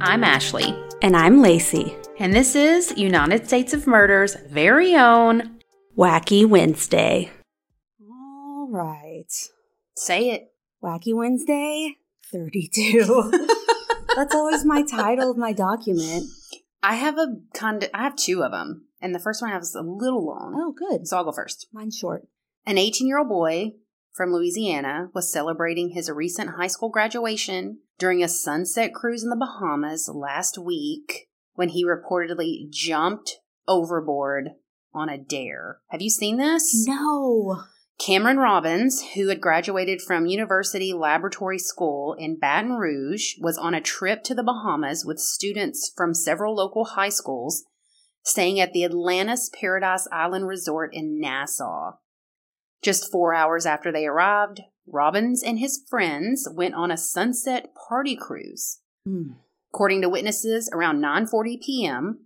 I'm Ashley, And I'm Lacey. and this is United States of Murder's very own. Wacky Wednesday. All right. Say it. Wacky Wednesday 32. That's always my title of my document. I have a kind. I have two of them, and the first one I have is a little long, Oh, good. so I'll go first. Mine's short. An 18 year old boy from Louisiana was celebrating his recent high school graduation during a sunset cruise in the Bahamas last week when he reportedly jumped overboard on a dare. Have you seen this? No. Cameron Robbins, who had graduated from University Laboratory School in Baton Rouge, was on a trip to the Bahamas with students from several local high schools staying at the Atlantis Paradise Island Resort in Nassau. Just four hours after they arrived, Robbins and his friends went on a sunset party cruise. Hmm. According to witnesses, around 9:40 p.m.,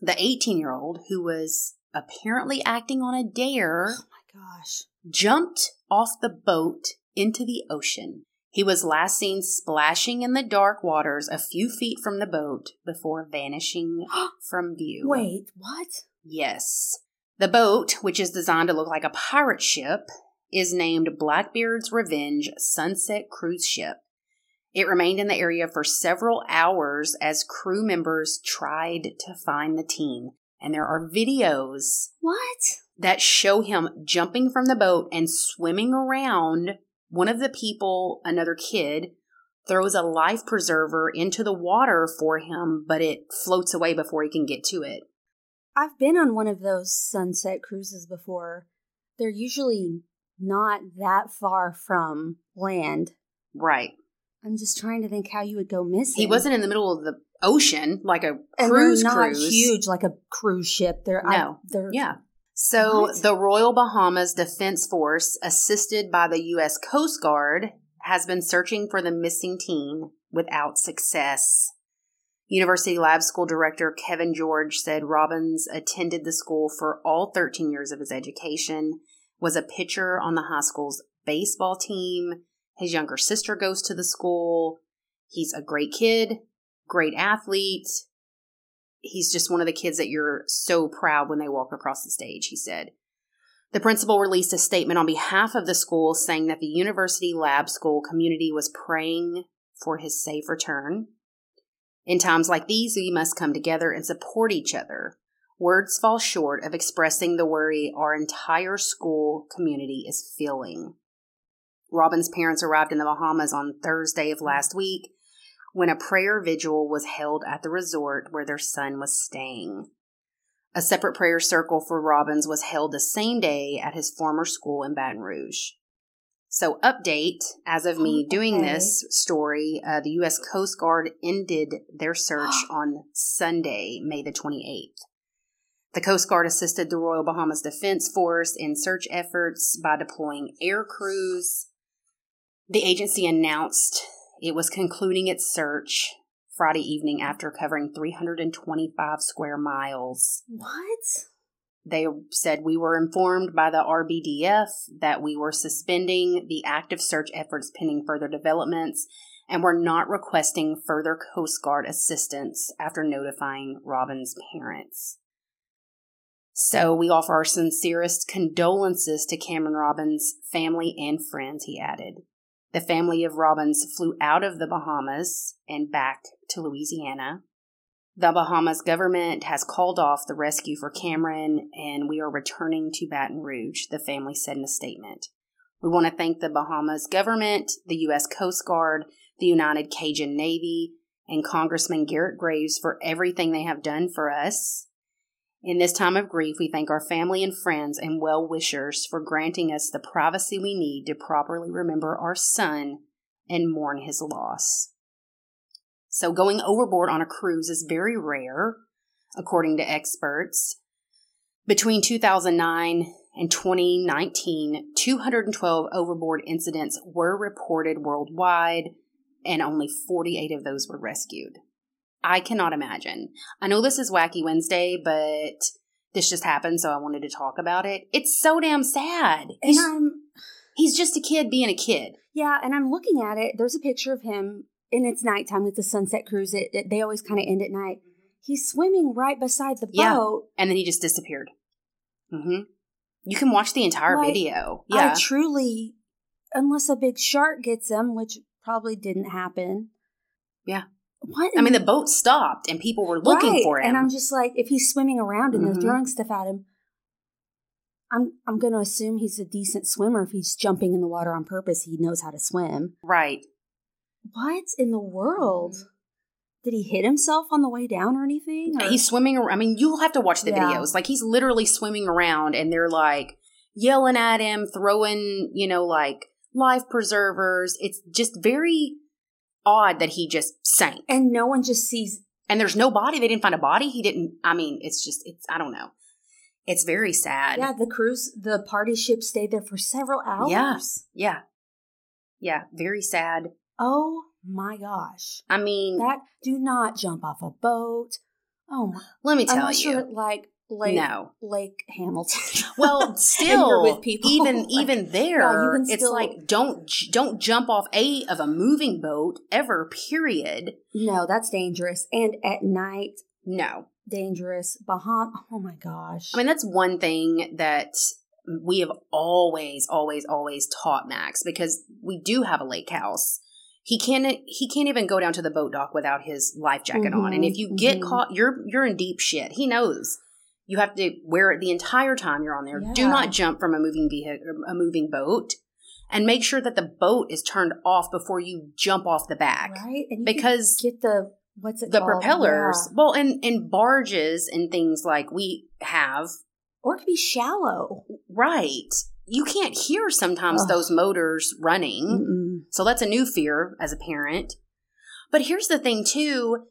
the 18-year-old who was apparently acting on a dare Oh my gosh. jumped off the boat into the ocean. He was last seen splashing in the dark waters a few feet from the boat before vanishing from view. Wait, what? Yes. The boat, which is designed to look like a pirate ship, is named Blackbeard's Revenge Sunset Cruise Ship. It remained in the area for several hours as crew members tried to find the teen. And there are videos What? that show him jumping from the boat and swimming around. One of the people, another kid, throws a life preserver into the water for him, but it floats away before he can get to it. I've been on one of those sunset cruises before. They're usually not that far from land. Right. I'm just trying to think how you would go missing. He wasn't in the middle of the ocean like a and cruise they're not cruise. huge like a cruise ship. They're I- No. they're Yeah. So What? the Royal Bahamas Defense Force, assisted by the U.S. Coast Guard, has been searching for the missing teen without success. University Lab School Director Kevin George said Robbins attended the school for all 13 years of his education, was a pitcher on the high school's baseball team. His younger sister goes to the school. He's a great kid, great athlete, he's just one of the kids that you're so proud when they walk across the stage, he said. The principal released a statement on behalf of the school saying that the university lab school community was praying for his safe return. In times like these, we must come together and support each other. Words fall short of expressing the worry our entire school community is feeling. Robin's parents arrived in the Bahamas on Thursday of last week when a prayer vigil was held at the resort where their son was staying. A separate prayer circle for Robbins was held the same day at his former school in Baton Rouge. So, update as of me doing Okay. this story, uh, the U.S. Coast Guard ended their search on Sunday, May the 28th. The Coast Guard assisted the Royal Bahamas Defense Force in search efforts by deploying air crews. The agency announced it was concluding its search Friday evening after covering 325 square miles. What? They said we were informed by the RBDF that we were suspending the active search efforts pending further developments and were not requesting further Coast Guard assistance after notifying Robin's parents. So we offer our sincerest condolences to Cameron Robbins' family and friends, he added. The family of Robbins flew out of the Bahamas and back to Louisiana. The Bahamas government has called off the rescue for Cameron, and we are returning to Baton Rouge, the family said in a statement. We want to thank the Bahamas government, the U.S. Coast Guard, the United Cajun Navy, and Congressman Garrett Graves for everything they have done for us. In this time of grief, we thank our family and friends and well wishers for granting us the privacy we need to properly remember our son and mourn his loss. So going overboard on a cruise is very rare, according to experts. Between 2009 and 2019, 212 overboard incidents were reported worldwide, and only 48 of those were rescued. I cannot imagine. I know this is Wacky Wednesday, but this just happened, so I wanted to talk about it. It's so damn sad. And He's, I'm he's just a kid being a kid. yeah, and I'm looking at it. There's a picture of him and it's nighttime. It's a sunset cruise. It, it- they always kind of end at night. He's swimming right beside the Yeah. boat. and then he just disappeared. hmm You can watch the entire Mm-hmm. Like, video. Yeah, I truly, unless a big shark gets him, which probably didn't happen. Yeah. What? I in mean the boat stopped and people were looking Right, for him. And I'm just like, if he's swimming around and Mhm. they're throwing stuff at him, I'm I'm going to assume he's a decent swimmer. If he's jumping in the water on purpose, he knows how to swim. right. What in the world? Mm-hmm. Did he hit himself on the way down or anything? Or- He's swimming. ar- I mean, you'll have to watch the Yeah. videos. Like he's literally swimming around, and they're like yelling at him, throwing you know like life preservers. It's just very odd that he just sank, and, and no one just sees. there's no body. They didn't find a body. He didn't. I mean, it's just it's. I don't know. It's very sad. Yeah, the cruise, the party ship stayed there for several hours. Yeah. yeah, yeah. Very sad. Oh my gosh. I mean, That do not jump off a boat. Oh my. let me tell Unless you. you're at, like Lake no. Lake Hamilton. Well, still, with people. even Like, even there, yeah, you can it's still- like don't j- don't jump off a of a moving boat ever. Period. No, that's dangerous. And at night, No, dangerous. Baham. Oh my gosh. I mean that's one thing that we have always, always, always taught Max because we do have a lake house. He can't he can't even go down to the boat dock without his life jacket on. And Mhm, if you get mhm. caught, you're you're in deep shit. He knows. You have to wear it the entire time you're on there. Do Yeah. not jump from a moving vehicle, a moving boat, and make sure that the boat is turned off before you jump off the back right? And you could because get the what's it the called? propellers, Yeah. well, and and barges and things like we have or it could be shallow. Right. You can't hear sometimes Ugh. Mm-hmm. those motors running. Mm-mm. So that's a new fear as a parent. But here's the thing too.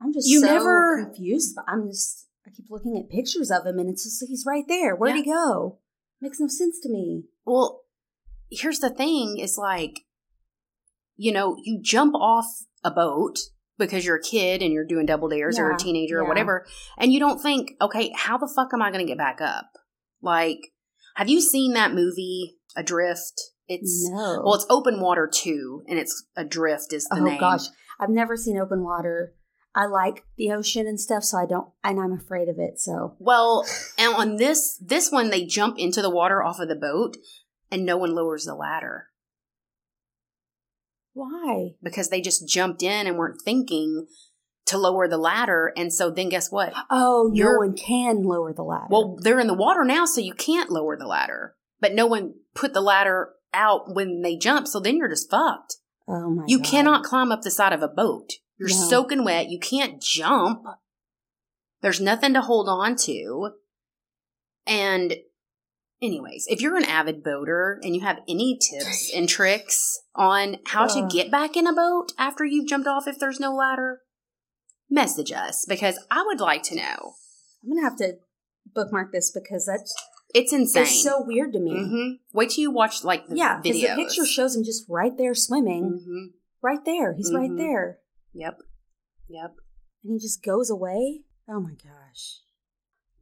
I'm just You so never- confused. I'm just I keep looking at pictures of him, and it's just like he's right there. Where'd Yeah. he go? Makes no sense to me. Well, here's the thing is like you know, you jump off a boat because you're a kid and you're doing double dares or Yeah, a teenager or yeah. whatever and you don't think, okay, how the fuck am I going to get back up? Like have you seen that movie Adrift? It's No. well, it's open water too and it's Adrift is the oh name. gosh, I've never seen open water. I like the ocean and stuff, so I don't, and I'm afraid of it. So Well, and on this this one, they jump into the water off of the boat, and no one lowers the ladder why? because they just jumped in and weren't thinking to lower the ladder. And so then, guess what? Oh, You're- no one can lower the ladder. Well, they're in the water now, so you can't lower the ladder. But no one put the ladder out when they jump, so then you're just fucked. oh my, You God. cannot climb up the side of a boat. You're No. soaking wet. You can't jump. There's nothing to hold on to. And, anyways, if you're an avid boater and you have any tips and tricks on how to Ugh. get back in a boat after you've jumped off if there's no ladder, message us because I would like to know. I'm gonna have to bookmark this because that's It's insane. it's so weird to me. hmm Wait till you watch like the Yeah, because videos. the picture shows him just right there swimming, Mhm. right there. He's Mhm. right there, Yep. Yep. and he just goes away. Oh my gosh,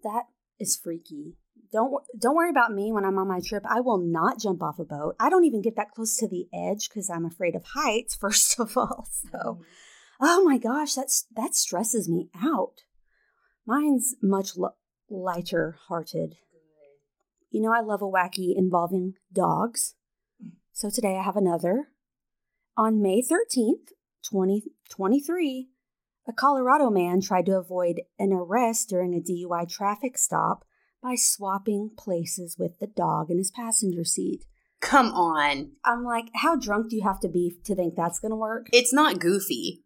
that is freaky. Don't wo- don't worry about me when I'm on my trip. I will not jump off a boat. I don't even get that close to the edge because I'm afraid of heights. First of all, so oh my gosh, that's that stresses me out. Mine's much l- lighter hearted. You know, I love a wacky involving dogs. So today I have another. On May 13th, 2023, a Colorado man tried to avoid an arrest during a DUI traffic stop by swapping places with the dog in his passenger seat. Come on. I'm like, how drunk do you have to be to think that's going to work? It's not goofy.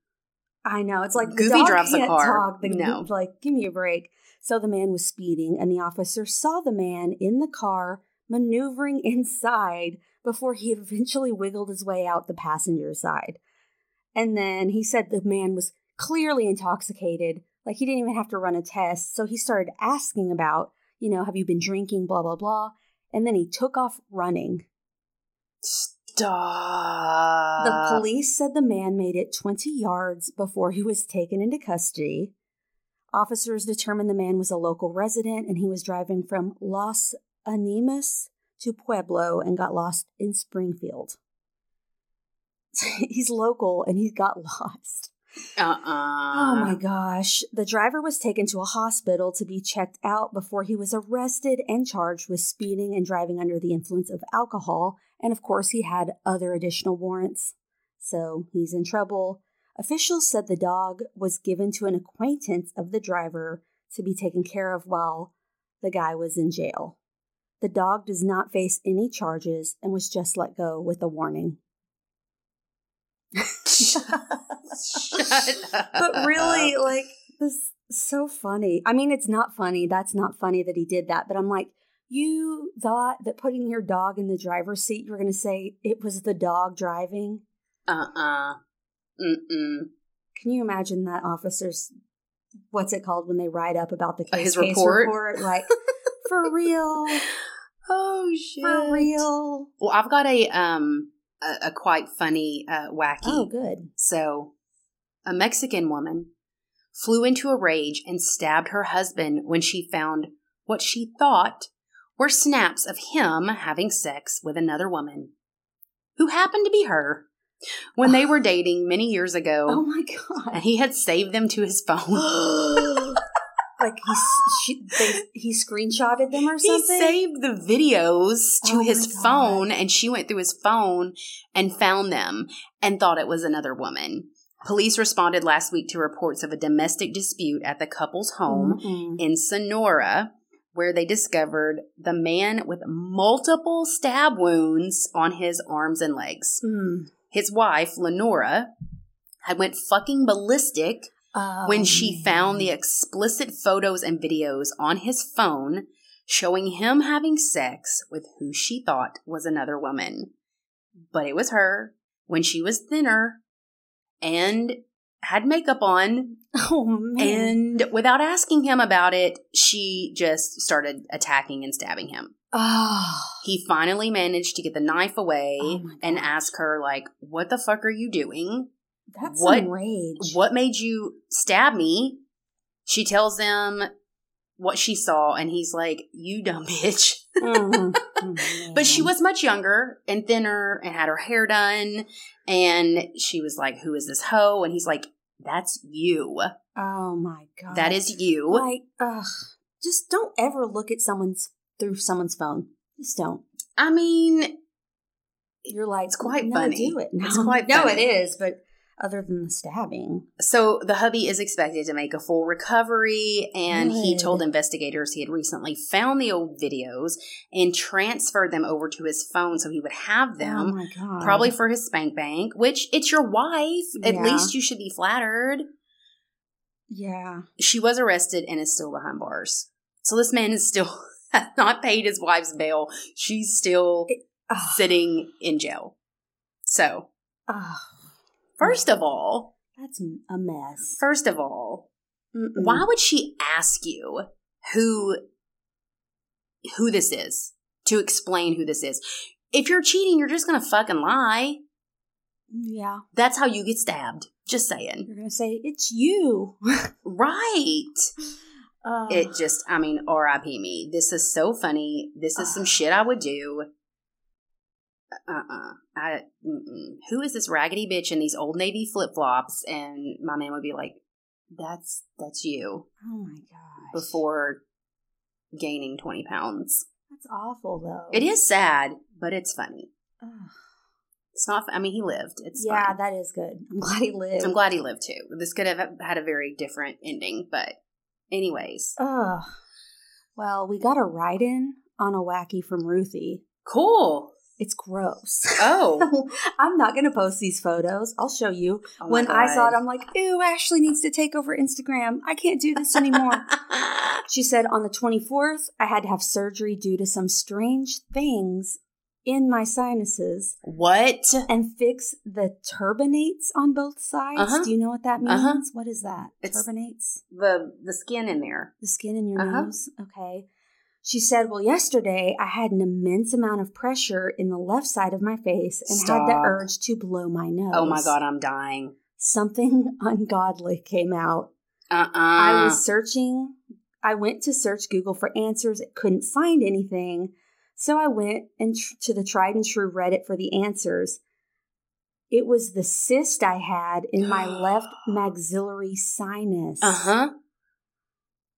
I know. It's like the Goofy dog drives the can't car. Talk. The No. goof's like, give me a break. So the man was speeding, and the officer saw the man in the car maneuvering inside before he eventually wiggled his way out the passenger side. And then he said the man was clearly intoxicated. Like he didn't even have to run a test. So he started asking about, you know, have you been drinking, blah, blah, blah. And then he took off running. Stop. The police said the man made it 20 yards before he was taken into custody. Officers determined the man was a local resident and he was driving from Los Animas to Pueblo and got lost in Springfield. he's local and he got lost. Uh-uh. Oh my gosh. The driver was taken to a hospital to be checked out before he was arrested and charged with speeding and driving under the influence of alcohol. And of course, he had other additional warrants. So he's in trouble. Officials said the dog was given to an acquaintance of the driver to be taken care of while the guy was in jail. The dog does not face any charges and was just let go with a warning. Shut up. but really, like this is so funny. I mean, it's not funny. That's not funny that he did that. But I'm like, you thought that putting your dog in the driver's seat, you were going to say it was the dog driving. Uh-uh. Mm-mm. Can you imagine that officer's what's it called when they write up about the case? Uh, His case report? report? Like for real, Oh, shit. for real. Oh, Well, I've got a, um, a, a quite funny, uh, wacky Oh, good. So, a Mexican woman flew into a rage and stabbed her husband when she found what she thought were snaps of him having sex with another woman who happened to be her when they were dating many years ago Oh my and god. he had saved them to his phone. Like he s- she, they, he screenshotted them or he something. saved the videos to Oh my his God. phone and she went through his phone and found them and thought it was another woman. Police responded last week to reports of a domestic dispute at the couple's home Mm-mm. in Sonora where they discovered the man with multiple stab wounds on his arms and legs. Mm. His wife, Lenora, had went fucking ballistic Oh, when she man. found the explicit photos and videos on his phone showing him having sex with who she thought was another woman. But it was her when she was thinner and had makeup on. Oh man. And without asking him about it, she just started attacking and stabbing him. oh. He finally managed to get the knife away Oh my and gosh. ask her, like, what the fuck are you doing? That's What- some rage. what made you stab me? She tells them what she saw, and he's like, You dumb bitch. Mm. But she Man. was much younger and thinner and had her hair done. And she was like, Who is this hoe? And he's like, That's you. Oh my god. That is you. like, ugh. Just don't ever look at someone's through someone's phone. Just don't. I mean, You're like, It's quite no, funny. Do it. No, It's quite no, funny. it is. But other than the stabbing, so the hubby is expected to make a full recovery, and he Good. told investigators he had recently found the old videos and transferred them over to his phone so he would have them. Oh my god. probably for his spank bank, which it's your wife. At Yeah. least you should be flattered. Yeah. She was arrested and is still behind bars. So this man is still has not paid his wife's bail. She's still It- Ugh. sitting in jail. So Ugh. first of all, that's m- a mess. first of all, Mm-mm. why would she ask you who who this is to explain who this is? If you're cheating, you're just gonna fucking lie. Yeah, That's how you get stabbed. Just saying. you're gonna say it's you. Right. Ugh. it just i mean rip me this is so funny this is some Ugh. shit i would do uh-uh i mm-mm. who is this raggedy bitch in these old navy flip-flops and my man would be like that's that's you Oh my gosh. before gaining 20 pounds That's awful though. it is sad but it's funny Ugh. it's not i mean he lived it's yeah, fine. that is good. I'm glad he lived. i'm glad he lived too this could have had a very different ending but anyways Ugh. Well, we got a write in on a wacky from Ruthie. cool It's gross. oh, I'm not going to post these photos. I'll show you. Oh my when I saw it, God. I'm like, ew, Ashley needs to take over Instagram. I can't do this anymore. she said, on the 24th, I had to have surgery due to some strange things in my sinuses what and fix the turbinates on both sides. Uh-huh. Do you know what that means? Uh-huh. What is that? It's- turbinates? the the skin in there. the skin in your Uh-huh. nose. Okay. She said, Well, yesterday I had an immense amount of pressure in the left side of my face and had the Stop. urge to blow my nose. Oh my god, I'm dying. Something ungodly came out. Uh uh I was searching, I went to search Google for answers, couldn't find anything. So I went and tr- to the tried and true Reddit for the answers. It was the cyst I had in my left maxillary sinus. Uh huh.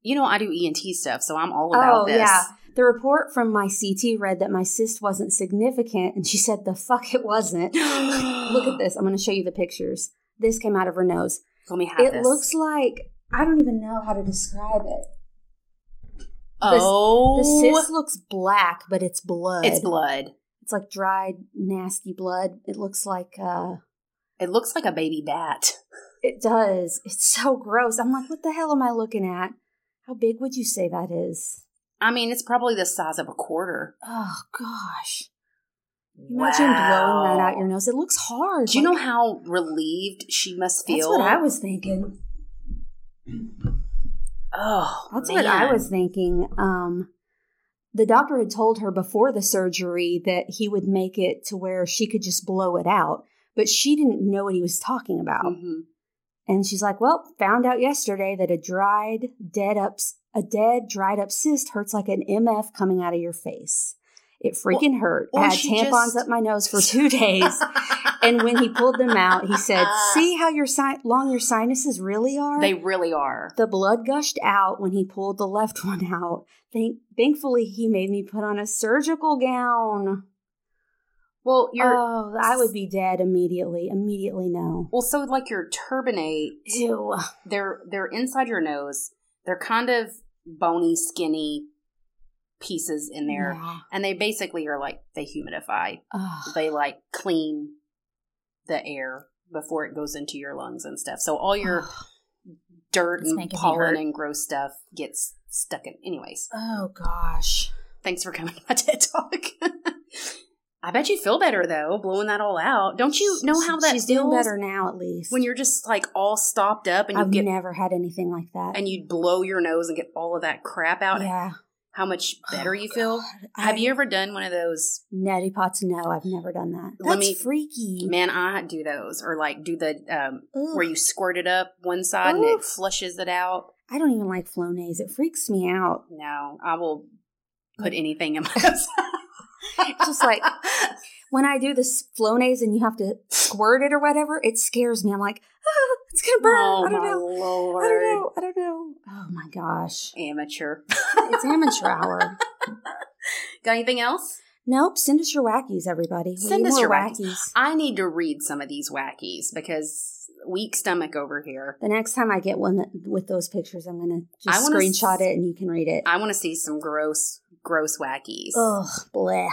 You know, I do ENT stuff, so I'm all about oh, this. yeah. The report from my CT read that my cyst wasn't significant, and she said the fuck it wasn't. Look at this. I'm going to show you the pictures. This came out of her nose. Let me have It this. looks like I don't even know how to describe it. oh, The cyst looks black, but it's blood. it's blood. It's like dried, nasty blood. It looks like uh It looks like a baby bat. it does. It's so gross. I'm like, what the hell am I looking at? How big would you say that is? I mean, it's probably the size of a quarter. Oh gosh. Imagine blowing that out your nose. It looks hard. Do you know Like, how relieved she must that's feel? what I was thinking. Oh, That's what I man. was thinking. Um, the doctor had told her before the surgery that he would make it to where she could just blow it out, but she didn't know what he was talking about. Mhm. And she's like, "Well, found out yesterday that a dried, dead up, a dead, dried up cyst hurts like an MF coming out of your face. It freaking hurt. or I had she tampons just- up my nose for two days, and when he pulled them out, he said, "See how your si- long your sinuses really are? they really are. The blood gushed out when he pulled the left one out. Thank- thankfully, he made me put on a surgical gown. Well, your oh, I would be dead immediately. Immediately, no. well, so like your turbinate, Ew. they're they're inside your nose. They're kind of bony, skinny pieces in there, Yeah. and they basically are like they humidify. Ugh. They like clean the air before it goes into your lungs and stuff. So all your Ugh. dirt It's and making Ah, me pollen hurt. and gross stuff gets stuck in. Anyways, Oh gosh. Thanks for coming to my TED Talk. I bet you feel better though, blowing that all out. Don't you know how that She's feels doing better now, at least. when you're just like all stopped up and you I've get never had anything like that. and you blow your nose and get all of that crap out? yeah. How much better Oh, you feel? God. Have I- you ever done one of those? neti pots? No, I've never done that. Let That's me- freaky. Man, I do those, or like do the um, Ugh. where you squirt it up one side and it Oof. flushes it out. I don't even like Flonase. It freaks me out. No, I will put anything in my nose. Mm. Just like- when I do this Flonase and you have to squirt it or whatever, it scares me. I'm like, ah, it's gonna burn. oh I don't my know. lord, I don't know. I don't know. Oh my gosh, amateur. it's amateur hour. Got anything else? Nope. Send us your wackies, everybody. We Send need us more your wackies. I need to read some of these wackies because weak stomach over here. The next time I get one that, with those pictures, I'm gonna I just wanna screenshot s- it and you can read it. I want to see some gross, gross wackies. Ugh, bleh.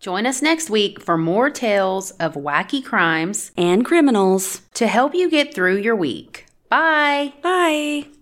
Join us next week for more tales of wacky crimes And criminals. to help you get through your week. Bye. Bye.